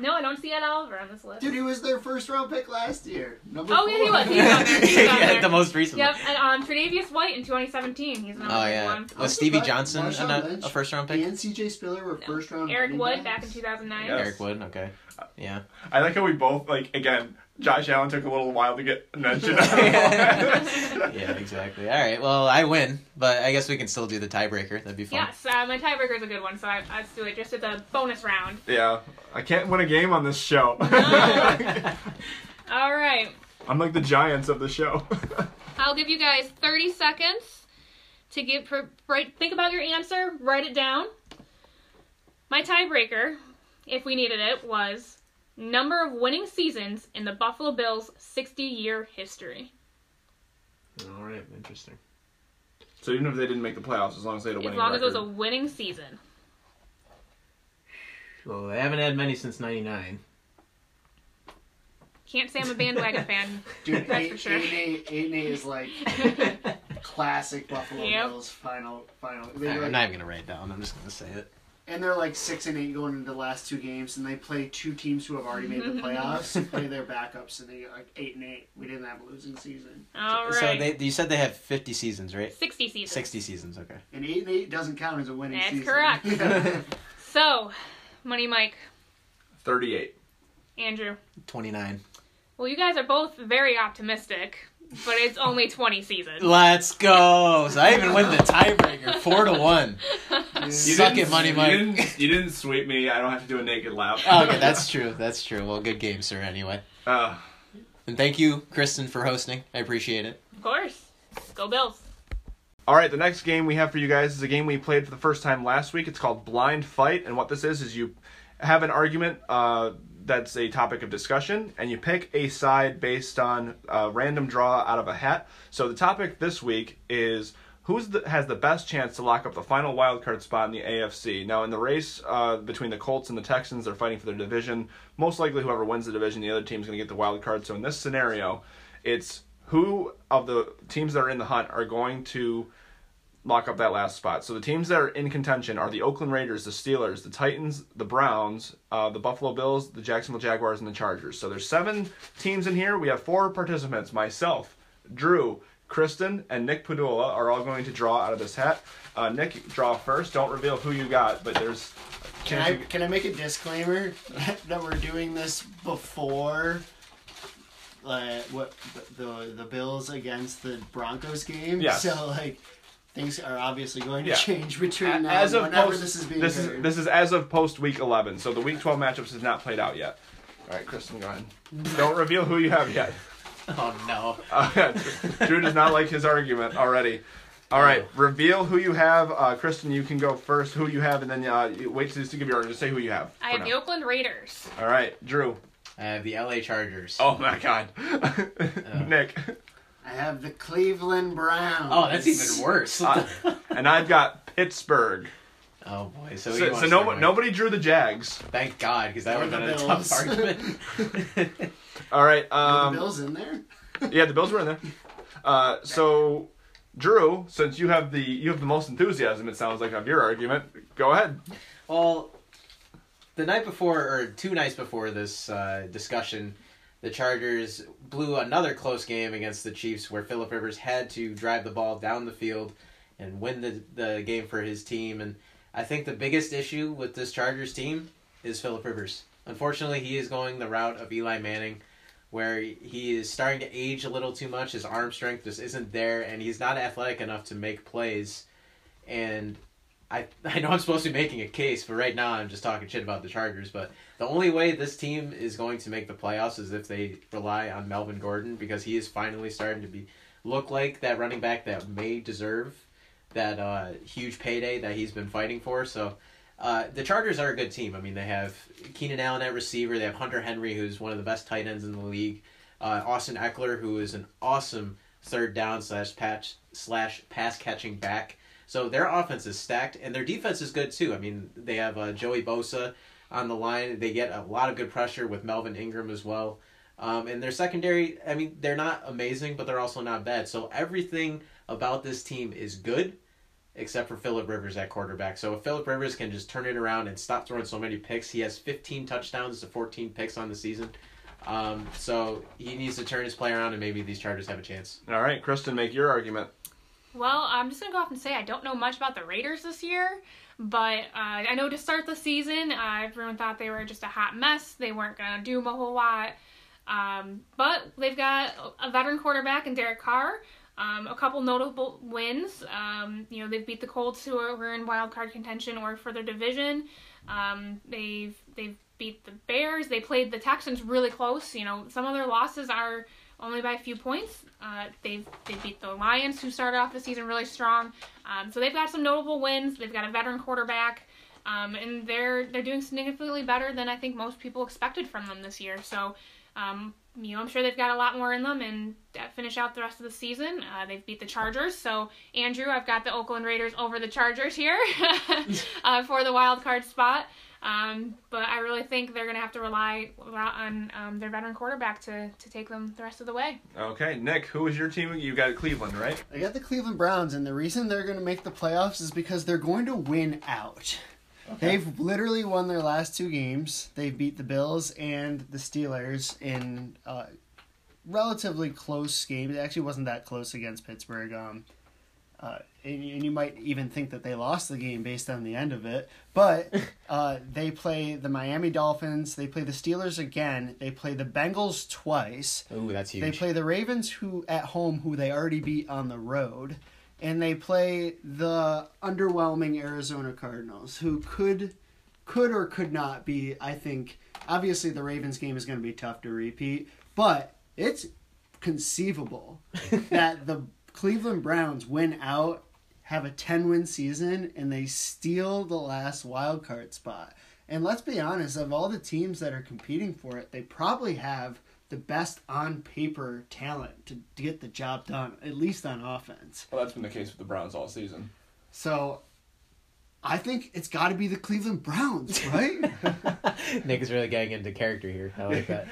Speaker 6: No, I don't see Ed Oliver on this list.
Speaker 7: Dude, he was their first round pick last year. Number
Speaker 6: Oh, yeah, he
Speaker 7: four.
Speaker 6: was. He was on there. He was on
Speaker 3: Yeah,
Speaker 6: there.
Speaker 3: the most recent.
Speaker 6: Yep,
Speaker 3: one.
Speaker 6: and um, Tre'Davious White in 2017. He's another
Speaker 3: Oh yeah.
Speaker 6: one.
Speaker 3: Was Stevie
Speaker 7: Marshawn
Speaker 3: Johnson uh,
Speaker 7: Lynch.
Speaker 3: a, a first round
Speaker 7: He
Speaker 3: pick?
Speaker 7: and CJ Spiller were first round.
Speaker 6: Eric
Speaker 7: running
Speaker 6: Wood back
Speaker 7: backs.
Speaker 6: in 2009.
Speaker 1: Yeah.
Speaker 3: Eric Wood. Okay. Yeah.
Speaker 1: I like how we both like again. Josh Allen took a little while to get mentioned. I
Speaker 3: Yeah. Exactly. All right. Well, I win, but I guess we can still do the tiebreaker. That'd be fun.
Speaker 6: Yes, uh, my tiebreaker is a good one, so I, let's do it. Just as a bonus round.
Speaker 1: yeah, I can't win a game on this show.
Speaker 6: All right,
Speaker 1: I'm like the Giants of the show.
Speaker 6: I'll give you guys 30 seconds to get per, write, think about your answer, write it down. My tiebreaker, if we needed it, was number of winning seasons in the Buffalo Bills' 60-year history.
Speaker 2: All right, interesting.
Speaker 1: so even if they didn't make the playoffs, as long as they had a
Speaker 6: As
Speaker 1: winning
Speaker 6: long as it
Speaker 1: record.
Speaker 6: was a winning season.
Speaker 2: Well, they haven't had many since '99.
Speaker 6: Can't say I'm a bandwagon fan.
Speaker 7: Dude,
Speaker 6: That's
Speaker 7: eight,
Speaker 6: for sure.
Speaker 7: eight, and eight, eight and eight is like classic Buffalo
Speaker 6: Yep.
Speaker 7: Bills final final. They
Speaker 3: All right,
Speaker 7: like-
Speaker 3: I'm not even gonna write it down. I'm just gonna say it.
Speaker 7: and they're like six and eight going into the last two games, and they play two teams who have already made the playoffs play their backups, and they get like eight and eight. We didn't have a losing season,
Speaker 6: All right.
Speaker 3: So they, you said they have 50 seasons, right?
Speaker 6: 60 seasons.
Speaker 3: 60 seasons. Okay.
Speaker 7: and eight and eight doesn't count as a winning
Speaker 6: That's
Speaker 7: season.
Speaker 6: correct. So, Money Mike,
Speaker 1: 38.
Speaker 6: Andrew.
Speaker 3: 29.
Speaker 6: Well, you guys are both very optimistic, but it's only 20 seasons.
Speaker 3: Let's go. So I even win the tiebreaker, four to one. Suck it,
Speaker 1: didn't-
Speaker 3: money,
Speaker 1: You
Speaker 3: Mike.
Speaker 1: didn't, you didn't sweep me. I don't have to do a naked lap.
Speaker 3: Okay, that's true. That's true. Well, good game, sir. Anyway,
Speaker 1: Uh,
Speaker 3: and thank you, Kristen, for hosting. I appreciate it.
Speaker 6: Of course. Go Bills.
Speaker 1: All right, the next game we have for you guys is a game we played for the first time last week. It's called Blind Fight, and what this is is you have an argument uh, that's a topic of discussion, and you pick a side based on uh, a random draw out of a hat. So the topic this week is who's the, has the best chance to lock up the final wild card spot in the AFC. Now in the race uh, between the Colts and the Texans, they're fighting for their division. Most likely, whoever wins the division, the other team's going to get the wild card. So in this scenario, it's who of the teams that are in the hunt are going to lock up that last spot. So the teams that are in contention are the Oakland Raiders, the Steelers, the Titans, the Browns, uh, the Buffalo Bills, the Jacksonville Jaguars, and the Chargers. So there's seven teams in here. We have four participants. Myself, Drew, Kristen, and Nick Padula are all going to draw out of this hat. Uh, Nick, draw first. Don't reveal who you got, but there's.
Speaker 7: Can I can I make a disclaimer that we're doing this before uh, what the the Bills against the Broncos game?
Speaker 1: Yes.
Speaker 7: So like things are obviously going to
Speaker 1: Yeah.
Speaker 7: change between now
Speaker 1: As
Speaker 7: and
Speaker 1: of
Speaker 7: whenever
Speaker 1: post,
Speaker 7: this is being
Speaker 1: this
Speaker 7: aired.
Speaker 1: is this is as of post week 11. So the week 12 matchups has not played out yet. All right, Kristen, go ahead. Don't reveal who you have yet.
Speaker 3: Oh no.
Speaker 1: Uh, Drew does not like his argument already. All right,
Speaker 3: Oh.
Speaker 1: reveal who you have. Uh, Kristen, you can go first. Who you have, and then uh, you- wait to, to give your argument. Say who you have.
Speaker 6: I
Speaker 1: for
Speaker 6: have the
Speaker 1: now.
Speaker 6: Oakland Raiders.
Speaker 1: All right, Drew.
Speaker 3: I have the LA Chargers.
Speaker 1: Oh my God, Nick.
Speaker 7: I have the Cleveland Browns.
Speaker 3: Oh, that's even worse.
Speaker 1: Uh, and I've got Pittsburgh.
Speaker 3: oh boy. So,
Speaker 1: So,
Speaker 3: you
Speaker 1: so
Speaker 3: want
Speaker 1: no,
Speaker 3: someone-
Speaker 1: nobody drew the Jags.
Speaker 3: Thank God, because that
Speaker 7: Or
Speaker 3: would have been
Speaker 7: the
Speaker 3: a
Speaker 7: Bills.
Speaker 3: tough argument.
Speaker 1: All right.
Speaker 7: Are
Speaker 1: Um,
Speaker 7: the Bills in there?
Speaker 1: Yeah, the Bills were in there. Uh, so Drew, since you have the you have the most enthusiasm, it sounds like of your argument. Go ahead.
Speaker 3: Well, the night before or two nights before this uh, discussion, the Chargers blew another close game against the Chiefs, where Philip Rivers had to drive the ball down the field and win the the game for his team. And I think the biggest issue with this Chargers team is Philip Rivers. Unfortunately, he is going the route of Eli Manning, where he is starting to age a little too much. His arm strength just isn't there, and he's not athletic enough to make plays. And I I know I'm supposed to be making a case, but right now I'm just talking shit about the Chargers. But the only way this team is going to make the playoffs is if they rely on Melvin Gordon because he is finally starting to be look like that running back that may deserve that uh, huge payday that he's been fighting for. So. Uh, the Chargers are a good team. I mean, they have Keenan Allen at receiver. They have Hunter Henry, who's one of the best tight ends in the league. Uh, Austin Eckler, who is an awesome third down slash patch slash pass catching back. So their offense is stacked, and their defense is good too. I mean, they have uh, Joey Bosa on the line. They get a lot of good pressure with Melvin Ingram as well. Um, and their secondary, I mean, they're not amazing, but they're also not bad. So everything about this team is good except for Philip Rivers at quarterback. So if Philip Rivers can just turn it around and stop throwing so many picks, he has 15 touchdowns to 14 picks on the season. Um, so he needs to turn his play around, and maybe these Chargers have a chance.
Speaker 1: All right, Kristen, make your argument.
Speaker 6: Well, I'm just gonna go off and say I don't know much about the Raiders this year, but uh, I know to start the season, uh, everyone thought they were just a hot mess. They weren't gonna do a whole lot, um, but they've got a veteran quarterback in Derek Carr. Um, a couple notable wins. Um, you know, they've beat the Colts, who are, were in wild card contention or for their division. Um, they've they've beat the Bears. They played the Texans really close. You know, some of their losses are only by a few points. Uh, they've they beat the Lions, who started off the season really strong. Um, so they've got some notable wins. They've got a veteran quarterback. Um, and they're they're doing significantly better than I think most people expected from them this year. So Um, you know, I'm sure they've got a lot more in them and finish out the rest of the season. Uh, they've beat the Chargers. So, Andrew, I've got the Oakland Raiders over the Chargers here uh, for the wild card spot. Um, but I really think they're going to have to rely on um, their veteran quarterback to, to take them the rest of the way.
Speaker 1: Okay, Nick, who is your team? You got Cleveland, right?
Speaker 7: I got the Cleveland Browns, and the reason they're going to make the playoffs is because they're going to win out. Okay. They've literally won their last two games. They beat the Bills and the Steelers in uh, relatively close games. It actually wasn't that close against Pittsburgh. Um, uh, and, and, you might even think that they lost the game based on the end of it. But uh, they play the Miami Dolphins. They play the Steelers again. They play the Bengals twice.
Speaker 3: Ooh, that's huge.
Speaker 7: They play the Ravens, who at home, who they already beat on the road and they play the underwhelming Arizona Cardinals, who could could or could not be, I think obviously the Ravens game is going to be tough to repeat, but it's conceivable that the Cleveland Browns win out, have a 10-win season and they steal the last wild card spot. And let's be honest, of all the teams that are competing for it, they probably have the best on paper talent to, to get the job done, at least on offense.
Speaker 1: Well, that's been the case with the Browns all season.
Speaker 7: So, I think it's got to be the Cleveland Browns, right?
Speaker 3: Nick is really getting into character here. I like that.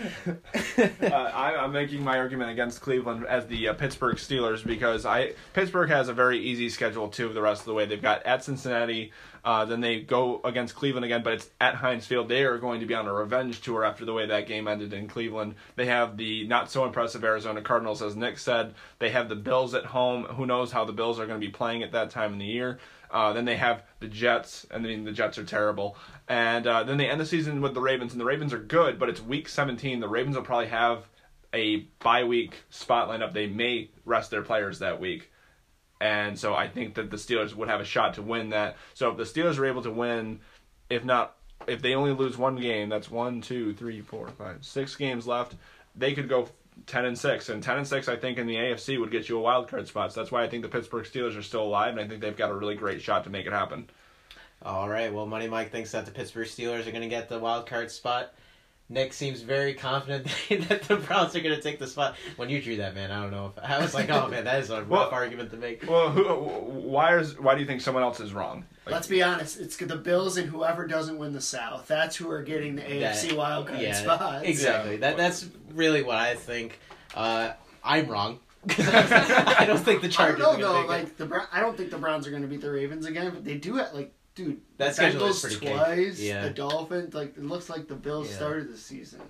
Speaker 1: uh, I, am making my argument against Cleveland as the uh, Pittsburgh Steelers because I Pittsburgh has a very easy schedule too. The rest of the way, they've got at Cincinnati, uh, then they go against Cleveland again, but it's at Heinz Field. They are going to be on a revenge tour after the way that game ended in Cleveland. They have the not so impressive Arizona Cardinals, as Nick said. They have the Bills at home. Who knows how the Bills are going to be playing at that time in the year? Uh, then they have the Jets, and I mean the Jets are terrible. And uh, then they end the season with the Ravens, and the Ravens are good, but it's Week 17. The Ravens will probably have a bye week spot lineup. They may rest their players that week, and so I think that the Steelers would have a shot to win that. So if the Steelers are able to win, if not, if they only lose one game, that's one, two, three, four, five, six games left. They could go 10 and 6 and 10 and 6 i think in the afc would get you a wild card spot so that's why i think the pittsburgh steelers are still alive and i think they've got a really great shot to make it happen
Speaker 3: all right well money mike thinks that the pittsburgh steelers are going to get the wild card spot nick seems very confident that the browns are going to take the spot when you drew that man i don't know if i was like oh man that is a rough
Speaker 1: Well-
Speaker 3: argument to make
Speaker 1: well who, why is why do you think someone else is wrong Like,
Speaker 7: Let's be honest, it's the Bills and whoever doesn't win the South. That's who are getting the AFC
Speaker 3: That-
Speaker 7: wild card
Speaker 3: yeah,
Speaker 7: spots.
Speaker 3: Exactly. That that's really what I think. Uh, I'm wrong. I don't think the
Speaker 7: I
Speaker 3: Chargers.
Speaker 7: don't know
Speaker 3: are gonna
Speaker 7: though.
Speaker 3: make it.
Speaker 7: Like the Brown, I don't think the Browns are going to beat the Ravens again, but they do it. Like, dude,
Speaker 3: That
Speaker 7: the
Speaker 3: schedule is
Speaker 7: Bengals
Speaker 3: pretty cake.
Speaker 7: twice.
Speaker 3: Yeah.
Speaker 7: The Dolphins. Like, it looks like the Bills started the season.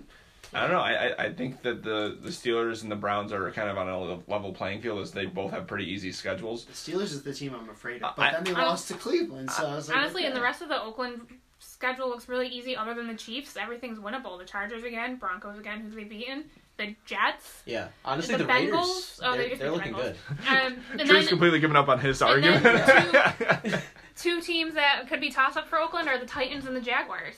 Speaker 1: I don't know. I, I- I think that the, the Steelers and the Browns are kind of on a le- level playing field as they both have pretty easy schedules.
Speaker 7: The Steelers is the team I'm afraid of, but
Speaker 1: I-
Speaker 7: then they
Speaker 6: I don't-
Speaker 7: lost to Cleveland. So I was like,
Speaker 6: Honestly,
Speaker 7: okay.
Speaker 6: and the rest of the Oakland schedule looks really easy. Other than the Chiefs, everything's winnable. The Chargers again, Broncos again, who they beaten, the Jets.
Speaker 3: yeah, honestly,
Speaker 6: the
Speaker 3: the, Raiders.
Speaker 6: Bengals- oh, they
Speaker 3: they're
Speaker 6: just
Speaker 3: they're
Speaker 6: beat the
Speaker 3: looking
Speaker 6: Bengals.
Speaker 3: good.
Speaker 6: Um, and
Speaker 1: Drew's
Speaker 6: then
Speaker 1: completely given up on his
Speaker 6: and
Speaker 1: argument.
Speaker 6: then two teams that could be toss up for Oakland are the Titans and the Jaguars.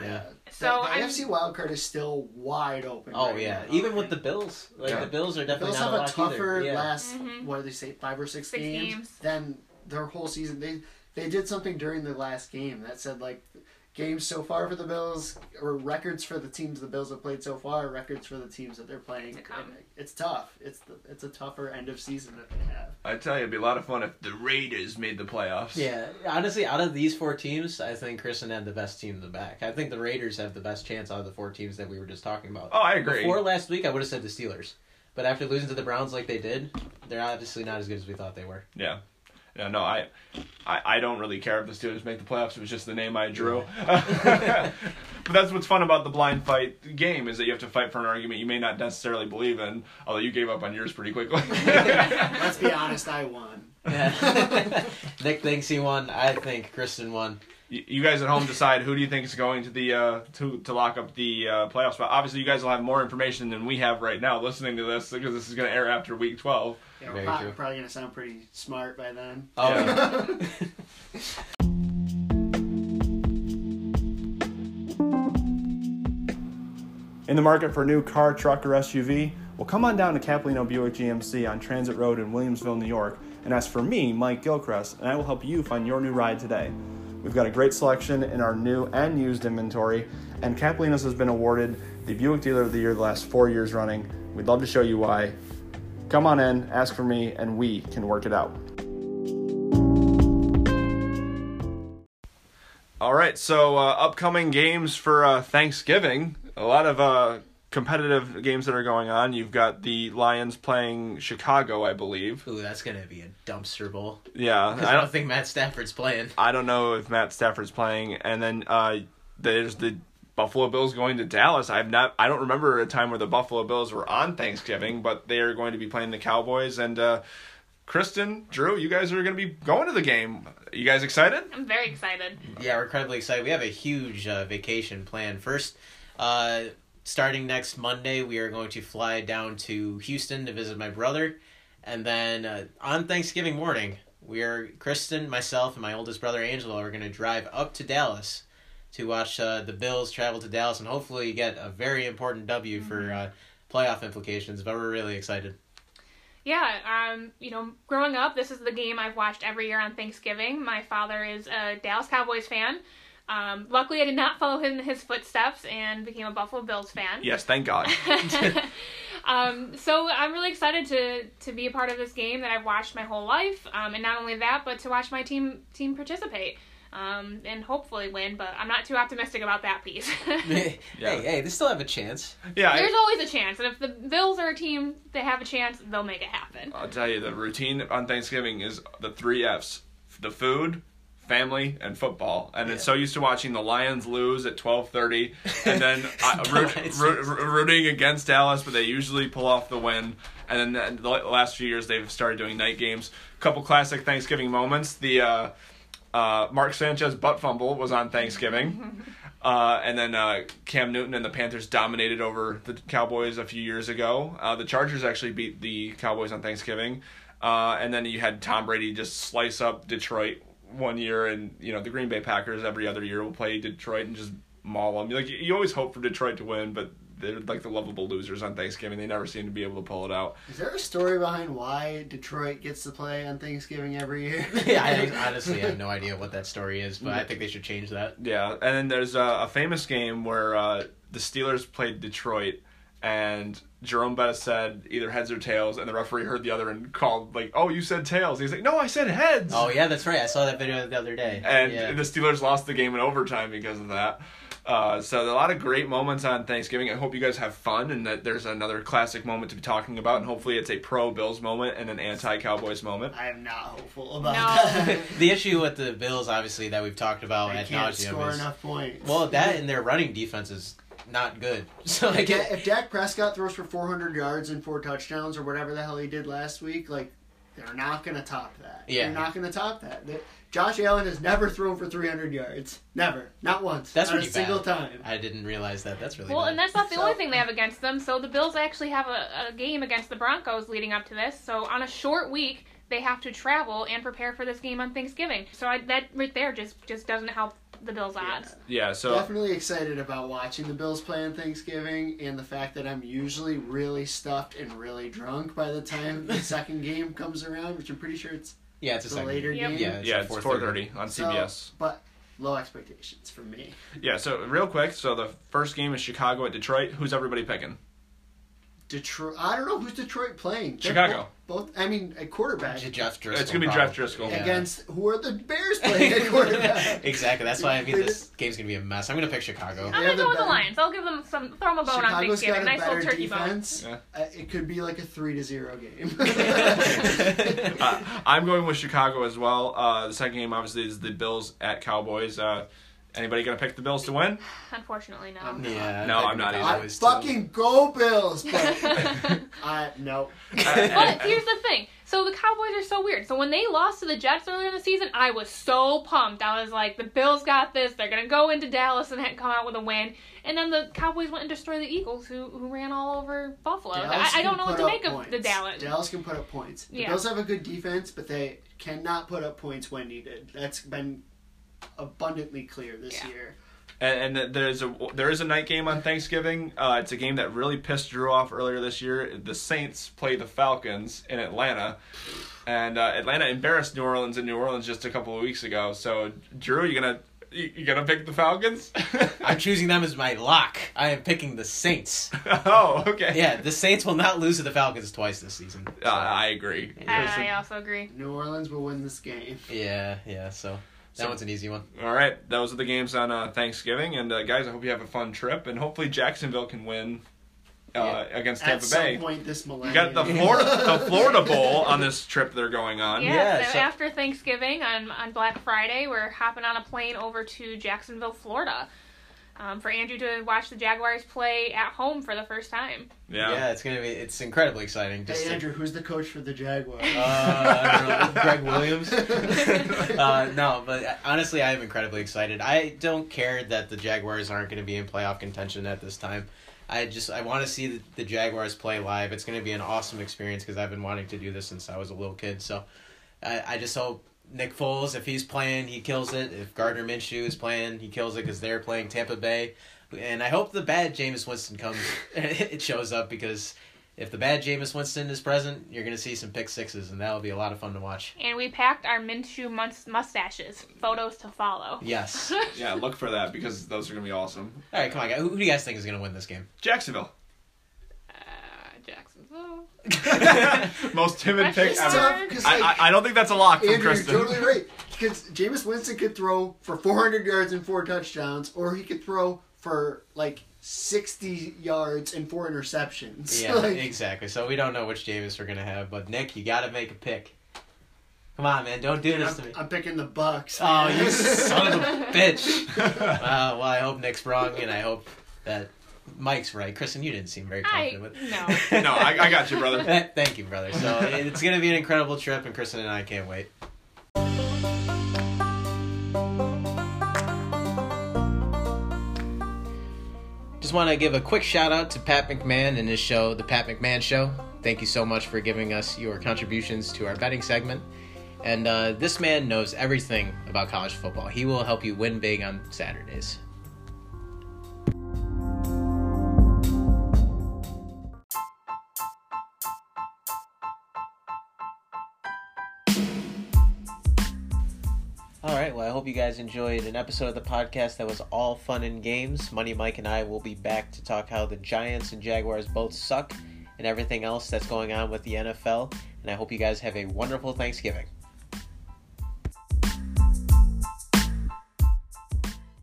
Speaker 3: Yeah.
Speaker 6: So
Speaker 7: the, the
Speaker 6: I'm-
Speaker 7: AFC wild card is still wide open.
Speaker 3: Oh
Speaker 7: right
Speaker 3: yeah,
Speaker 7: now.
Speaker 3: even with the Bills, like
Speaker 1: Yeah.
Speaker 3: the Bills are
Speaker 7: The
Speaker 3: definitely
Speaker 7: Bills
Speaker 3: not
Speaker 7: have a
Speaker 3: lock
Speaker 7: tougher
Speaker 3: either. Yeah.
Speaker 7: last
Speaker 6: Mhm.
Speaker 7: what do they say five or six,
Speaker 6: Six
Speaker 7: games,
Speaker 6: games.
Speaker 7: than their whole season. They they did something during the last game that said like games so far for the Bills or records for the teams the Bills have played so far, records for the teams that they're playing.
Speaker 6: To come.
Speaker 7: And It's tough. It's the, it's a tougher end of season that they have.
Speaker 1: I tell you, it'd be a lot of fun if the Raiders made the playoffs.
Speaker 3: Yeah, honestly, out of these four teams, I think Kristen had the best team in the back. I think the Raiders have the best chance out of the four teams that we were just talking about.
Speaker 1: Oh, I agree.
Speaker 3: Before last week, I would have said the Steelers, but after losing to the Browns like they did, they're obviously not as good as we thought they were.
Speaker 1: Yeah. Yeah, no, I, I, I don't really care if the Steelers make the playoffs. It was just the name I drew. but that's what's fun about the blind fight game is that you have to fight for an argument you may not necessarily believe in. Although you gave up on yours pretty quickly.
Speaker 7: Let's be honest, I won.
Speaker 3: Nick thinks he won. I think Kristen won.
Speaker 1: Y- you guys at home decide who do you think is going to the uh, to to lock up the uh, playoff spot. Obviously, you guys will have more information than we have right now listening to this because this is going to air after week twelve.
Speaker 7: You know,
Speaker 3: Very
Speaker 7: pro-
Speaker 3: true.
Speaker 7: probably gonna sound pretty smart by then.
Speaker 3: Oh,
Speaker 1: Yeah.
Speaker 3: yeah.
Speaker 1: In the market for a new car, truck, or SUV? Well, come on down to Capolino Buick GMC on Transit Road in Williamsville, New York, and ask for me, Mike Gilchrist, and I will help you find your new ride today. We've got a great selection in our new and used inventory, and Capolino's has been awarded the Buick Dealer of the Year the last four years running. We'd love to show you why. Come on in, ask for me, and we can work it out. All right, so uh, upcoming games for uh, Thanksgiving. A lot of uh, competitive games that are going on. You've got the Lions playing Chicago, I believe.
Speaker 3: Ooh, that's gonna be a dumpster bowl.
Speaker 1: Yeah,
Speaker 3: 'Cause
Speaker 1: I
Speaker 3: I
Speaker 1: don't,
Speaker 3: don't think Matt Stafford's playing.
Speaker 1: I don't know if Matt Stafford's playing. And then uh, there's the Buffalo Bills going to Dallas. I've not, I don't remember a time where the Buffalo Bills were on Thanksgiving, but they are going to be playing the Cowboys. And uh, Kristen, Drew, you guys are going to be going to the game. You guys excited?
Speaker 6: I'm very excited.
Speaker 3: Yeah, we're incredibly excited. We have a huge uh, vacation planned. First, uh, starting next Monday, we are going to fly down to Houston to visit my brother, and then uh, on Thanksgiving morning, we are Kristen, myself, and my oldest brother Angelo are going to drive up to Dallas to watch uh, the Bills travel to Dallas and hopefully get a very important W for uh, playoff implications. But we're really excited.
Speaker 6: Yeah, um, you know, growing up, this is the game I've watched every year on Thanksgiving. My father is a Dallas Cowboys fan. Um, luckily, I did not follow him in his footsteps and became a Buffalo Bills fan.
Speaker 1: Yes, thank God.
Speaker 6: um, so I'm really excited to to be a part of this game that I've watched my whole life, um, and not only that, but to watch my team team participate um, and hopefully win. But I'm not too optimistic about that piece.
Speaker 3: hey,
Speaker 1: Yeah.
Speaker 3: hey, they still have a chance.
Speaker 1: Yeah, I-
Speaker 6: There's always a chance, and if the Bills are a team that have a chance, they'll make it happen.
Speaker 1: I'll tell you, the routine on Thanksgiving is the three F's the food, family, and football. And it's so used to watching the Lions lose at 12.30 and then uh, root,
Speaker 3: Lions
Speaker 1: root, rooting against Dallas, but they usually pull off the win. And then the the last few years, they've started doing night games. couple classic Thanksgiving moments. The uh, uh, Mark Sanchez butt fumble was on Thanksgiving. Uh, and then uh, Cam Newton and the Panthers dominated over the Cowboys a few years ago. Uh, the Chargers actually beat the Cowboys on Thanksgiving. Uh, and then you had Tom Brady just slice up Detroit one year, and you know the Green Bay Packers every other year will play Detroit and just maul them. Like you always hope for Detroit to win, but they're like the lovable losers on Thanksgiving. They never seem to be able to pull it out.
Speaker 7: Is there a story behind why Detroit gets to play on Thanksgiving every year?
Speaker 3: Yeah, I honestly have no idea what that story is, but I think they should change that.
Speaker 1: Yeah, and then there's a, a famous game where uh, the Steelers played Detroit, and Jerome Bettis said either heads or tails, and the referee heard the other and called like, "Oh, you said tails." He's like, "No, I said heads."
Speaker 3: Oh yeah, that's right. I saw that video the other day.
Speaker 1: and
Speaker 3: yeah.
Speaker 1: the Steelers lost the game in overtime because of that. Uh, so a lot of great moments on Thanksgiving. I hope you guys have fun and that there's another classic moment to be talking about, and hopefully it's a pro Bills moment and an anti Cowboys moment.
Speaker 7: I am not hopeful about that.
Speaker 3: the issue with the Bills, obviously, that we've talked about
Speaker 7: They
Speaker 3: ad
Speaker 7: can't
Speaker 3: nauseum
Speaker 7: score
Speaker 3: is-
Speaker 7: enough points.
Speaker 3: Well, that and their running defense is not good. So I
Speaker 7: if,
Speaker 3: get
Speaker 7: Da- if Dak Prescott throws for 400 yards and four touchdowns or whatever the hell he did last week, like they're not going to top that.
Speaker 3: Yeah.
Speaker 7: they're not going to top that. They- Josh Allen has never thrown for 300 yards, never, not once,
Speaker 3: that's
Speaker 7: not
Speaker 3: really
Speaker 7: a single
Speaker 3: bad.
Speaker 7: time.
Speaker 3: I didn't realize that. That's really
Speaker 6: Well,
Speaker 3: bad.
Speaker 6: and that's not the only thing they have against them. So the Bills actually have a, a game against the Broncos leading up to this. So on a short week, they have to travel and prepare for this game on Thanksgiving. So I, that right there just just doesn't help the Bills' odds.
Speaker 1: Yeah, so
Speaker 7: Definitely excited about watching the Bills play on Thanksgiving and the fact that I'm usually really stuffed and really drunk by the time the second game comes around, which I'm pretty sure it's
Speaker 3: Yeah, it's a
Speaker 7: the
Speaker 3: second
Speaker 7: later
Speaker 3: game.
Speaker 7: game.
Speaker 3: Yeah,
Speaker 1: yeah, it's
Speaker 3: 4:30.
Speaker 1: 4:30 on
Speaker 7: So,
Speaker 1: CBS.
Speaker 7: but low expectations for me.
Speaker 1: Yeah, so real quick, so the first game is Chicago at Detroit. Who's everybody picking?
Speaker 7: Detroit. I don't know who's Detroit playing. They're
Speaker 1: Chicago.
Speaker 7: Both, both- I mean, a quarterback
Speaker 3: Jeff Driscoll.
Speaker 1: it's gonna be Jeff
Speaker 3: probably.
Speaker 1: Driscoll.
Speaker 3: Yeah.
Speaker 7: against who are the Bears playing at quarterback?
Speaker 3: exactly. That's why I mean this game's gonna be a mess. I'm gonna pick Chicago.
Speaker 6: I'm
Speaker 7: They're
Speaker 6: gonna
Speaker 7: the
Speaker 6: go with the
Speaker 7: better-
Speaker 6: Lions. I'll give them some throw them a bone on
Speaker 7: Chicago's got
Speaker 6: Thanksgiving.
Speaker 7: a
Speaker 6: Nice
Speaker 7: better
Speaker 6: little turkey bone.
Speaker 7: defense.
Speaker 1: Yeah.
Speaker 7: Uh, it could be like a three to zero game.
Speaker 1: uh, I'm going with Chicago as well. Uh, the second game obviously is the Bills at Cowboys. Uh, anybody gonna pick the Bills to win?
Speaker 6: Unfortunately, no.
Speaker 7: Um,
Speaker 3: Yeah.
Speaker 1: No,
Speaker 3: I think
Speaker 1: I'm not
Speaker 3: the
Speaker 1: either.
Speaker 7: I
Speaker 3: Cowboys, too.
Speaker 7: fucking go Bills, but I no.
Speaker 6: But here's the thing. So the Cowboys are so weird. So when they lost to the Jets earlier in the season, I was so pumped. I was like, the Bills got this. They're gonna go into Dallas and ha- come out with a win. And then the Cowboys went and destroyed the Eagles, who who ran all over Buffalo. I, I
Speaker 7: can
Speaker 6: don't know what
Speaker 7: put
Speaker 6: to
Speaker 7: up
Speaker 6: make of the
Speaker 7: points.
Speaker 6: Dallas.
Speaker 7: Dallas can put up points. The
Speaker 6: Yeah.
Speaker 7: Bills have a good defense, but they cannot put up points when needed. That's been abundantly clear this
Speaker 6: Yeah.
Speaker 7: year.
Speaker 1: And, and there's a there is a night game on Thanksgiving. Uh, it's a game that really pissed Drew off earlier this year. The Saints play the Falcons in Atlanta, and uh, Atlanta embarrassed New Orleans in New Orleans just a couple of weeks ago. So Drew, you gonna you, you gonna pick the Falcons?
Speaker 3: I'm choosing them as my lock. I am picking the Saints.
Speaker 1: oh, okay.
Speaker 3: Yeah, the Saints will not lose to the Falcons twice this season.
Speaker 1: Uh, I agree.
Speaker 6: I, I also agree.
Speaker 7: New Orleans will win this game.
Speaker 3: Yeah, yeah. So that
Speaker 1: So-
Speaker 3: one's an easy one.
Speaker 1: All right, those are the games on uh, Thanksgiving, and uh, guys, I hope you have a fun trip, and hopefully Jacksonville can win uh,
Speaker 3: Yeah.
Speaker 1: against
Speaker 7: At
Speaker 1: Tampa
Speaker 7: some
Speaker 1: Bay.
Speaker 7: point this
Speaker 1: You
Speaker 7: millennium.
Speaker 1: got the Florida, the Florida Bowl on this trip they're going
Speaker 9: Um,
Speaker 1: on.
Speaker 6: Yeah,
Speaker 3: Yeah,
Speaker 6: so,
Speaker 3: so-
Speaker 6: after Thanksgiving on, on Black Friday, we're hopping on a plane over to Jacksonville, Florida, um, for Andrew to watch the Jaguars play at home for the first time.
Speaker 1: Yeah.
Speaker 3: it's gonna be. It's incredibly exciting. Just
Speaker 7: Hey
Speaker 3: to-
Speaker 7: Andrew, who's the coach for the Jaguars?
Speaker 3: Uh, I don't know, Greg Williams. uh, no, but honestly, I am incredibly excited. I don't care that the Jaguars aren't going to be in playoff contention at this time. I just I want to see the, the Jaguars play live. It's going to be an awesome experience because I've been wanting to do this since I was a little kid. So I, I just hope Nick Foles, if he's playing, he kills it. If Gardner Minshew is playing, he kills it because they're playing Tampa Bay. And I hope the bad Jameis Winston comes, it shows up because if the bad Jameis Winston is present, you're going to see some pick sixes, and that'll be a lot of fun to watch.
Speaker 6: And we packed our Minshew mus- mustaches. Photos to follow.
Speaker 3: Yes.
Speaker 1: Yeah, look for that because those are gonna be awesome.
Speaker 3: All right, come on, guys. Who, who do you guys think is going to win this game?
Speaker 1: Jacksonville,
Speaker 6: Uh, Jacksonville.
Speaker 1: most timid pick
Speaker 6: Question
Speaker 1: ever.
Speaker 6: mark?
Speaker 7: Tough, 'cause,
Speaker 1: I,
Speaker 7: like,
Speaker 1: I, I don't think that's a lock from
Speaker 7: Andrew,
Speaker 1: Kristen.
Speaker 7: you're totally right. Because Jameis Winston could throw for 400 yards and four touchdowns, or he could throw for like 60 yards and four interceptions.
Speaker 3: Yeah,
Speaker 7: Like,
Speaker 3: exactly. So we don't know which Jameis we're going to have, but Nick, you got to make a pick. Come on, man. Don't do this to me.
Speaker 7: I'm picking the Bucks.
Speaker 3: Oh,
Speaker 7: man.
Speaker 3: you son of a bitch. Uh, well, I hope Nick's wrong, and I hope that Mike's right. Kristen, you didn't seem very
Speaker 6: I
Speaker 3: confident with
Speaker 6: no.
Speaker 1: no, I, I got you, brother.
Speaker 3: Eh, Thank you, brother. So it's going to be an incredible trip, and Kristen and I can't wait. Just want to give a quick shout out to Pat McMahon and his show, The Pat McMahon Show. Thank you so much for giving us your contributions to our betting segment. And uh, this man knows everything about college football. He will help you win big on Saturdays. All right. Well, I hope you guys enjoyed an episode of the podcast that was all fun and games. Money Mike and I will be back to talk how the Giants and Jaguars both suck and everything else that's going on with the NFL. And I hope you guys have a wonderful Thanksgiving.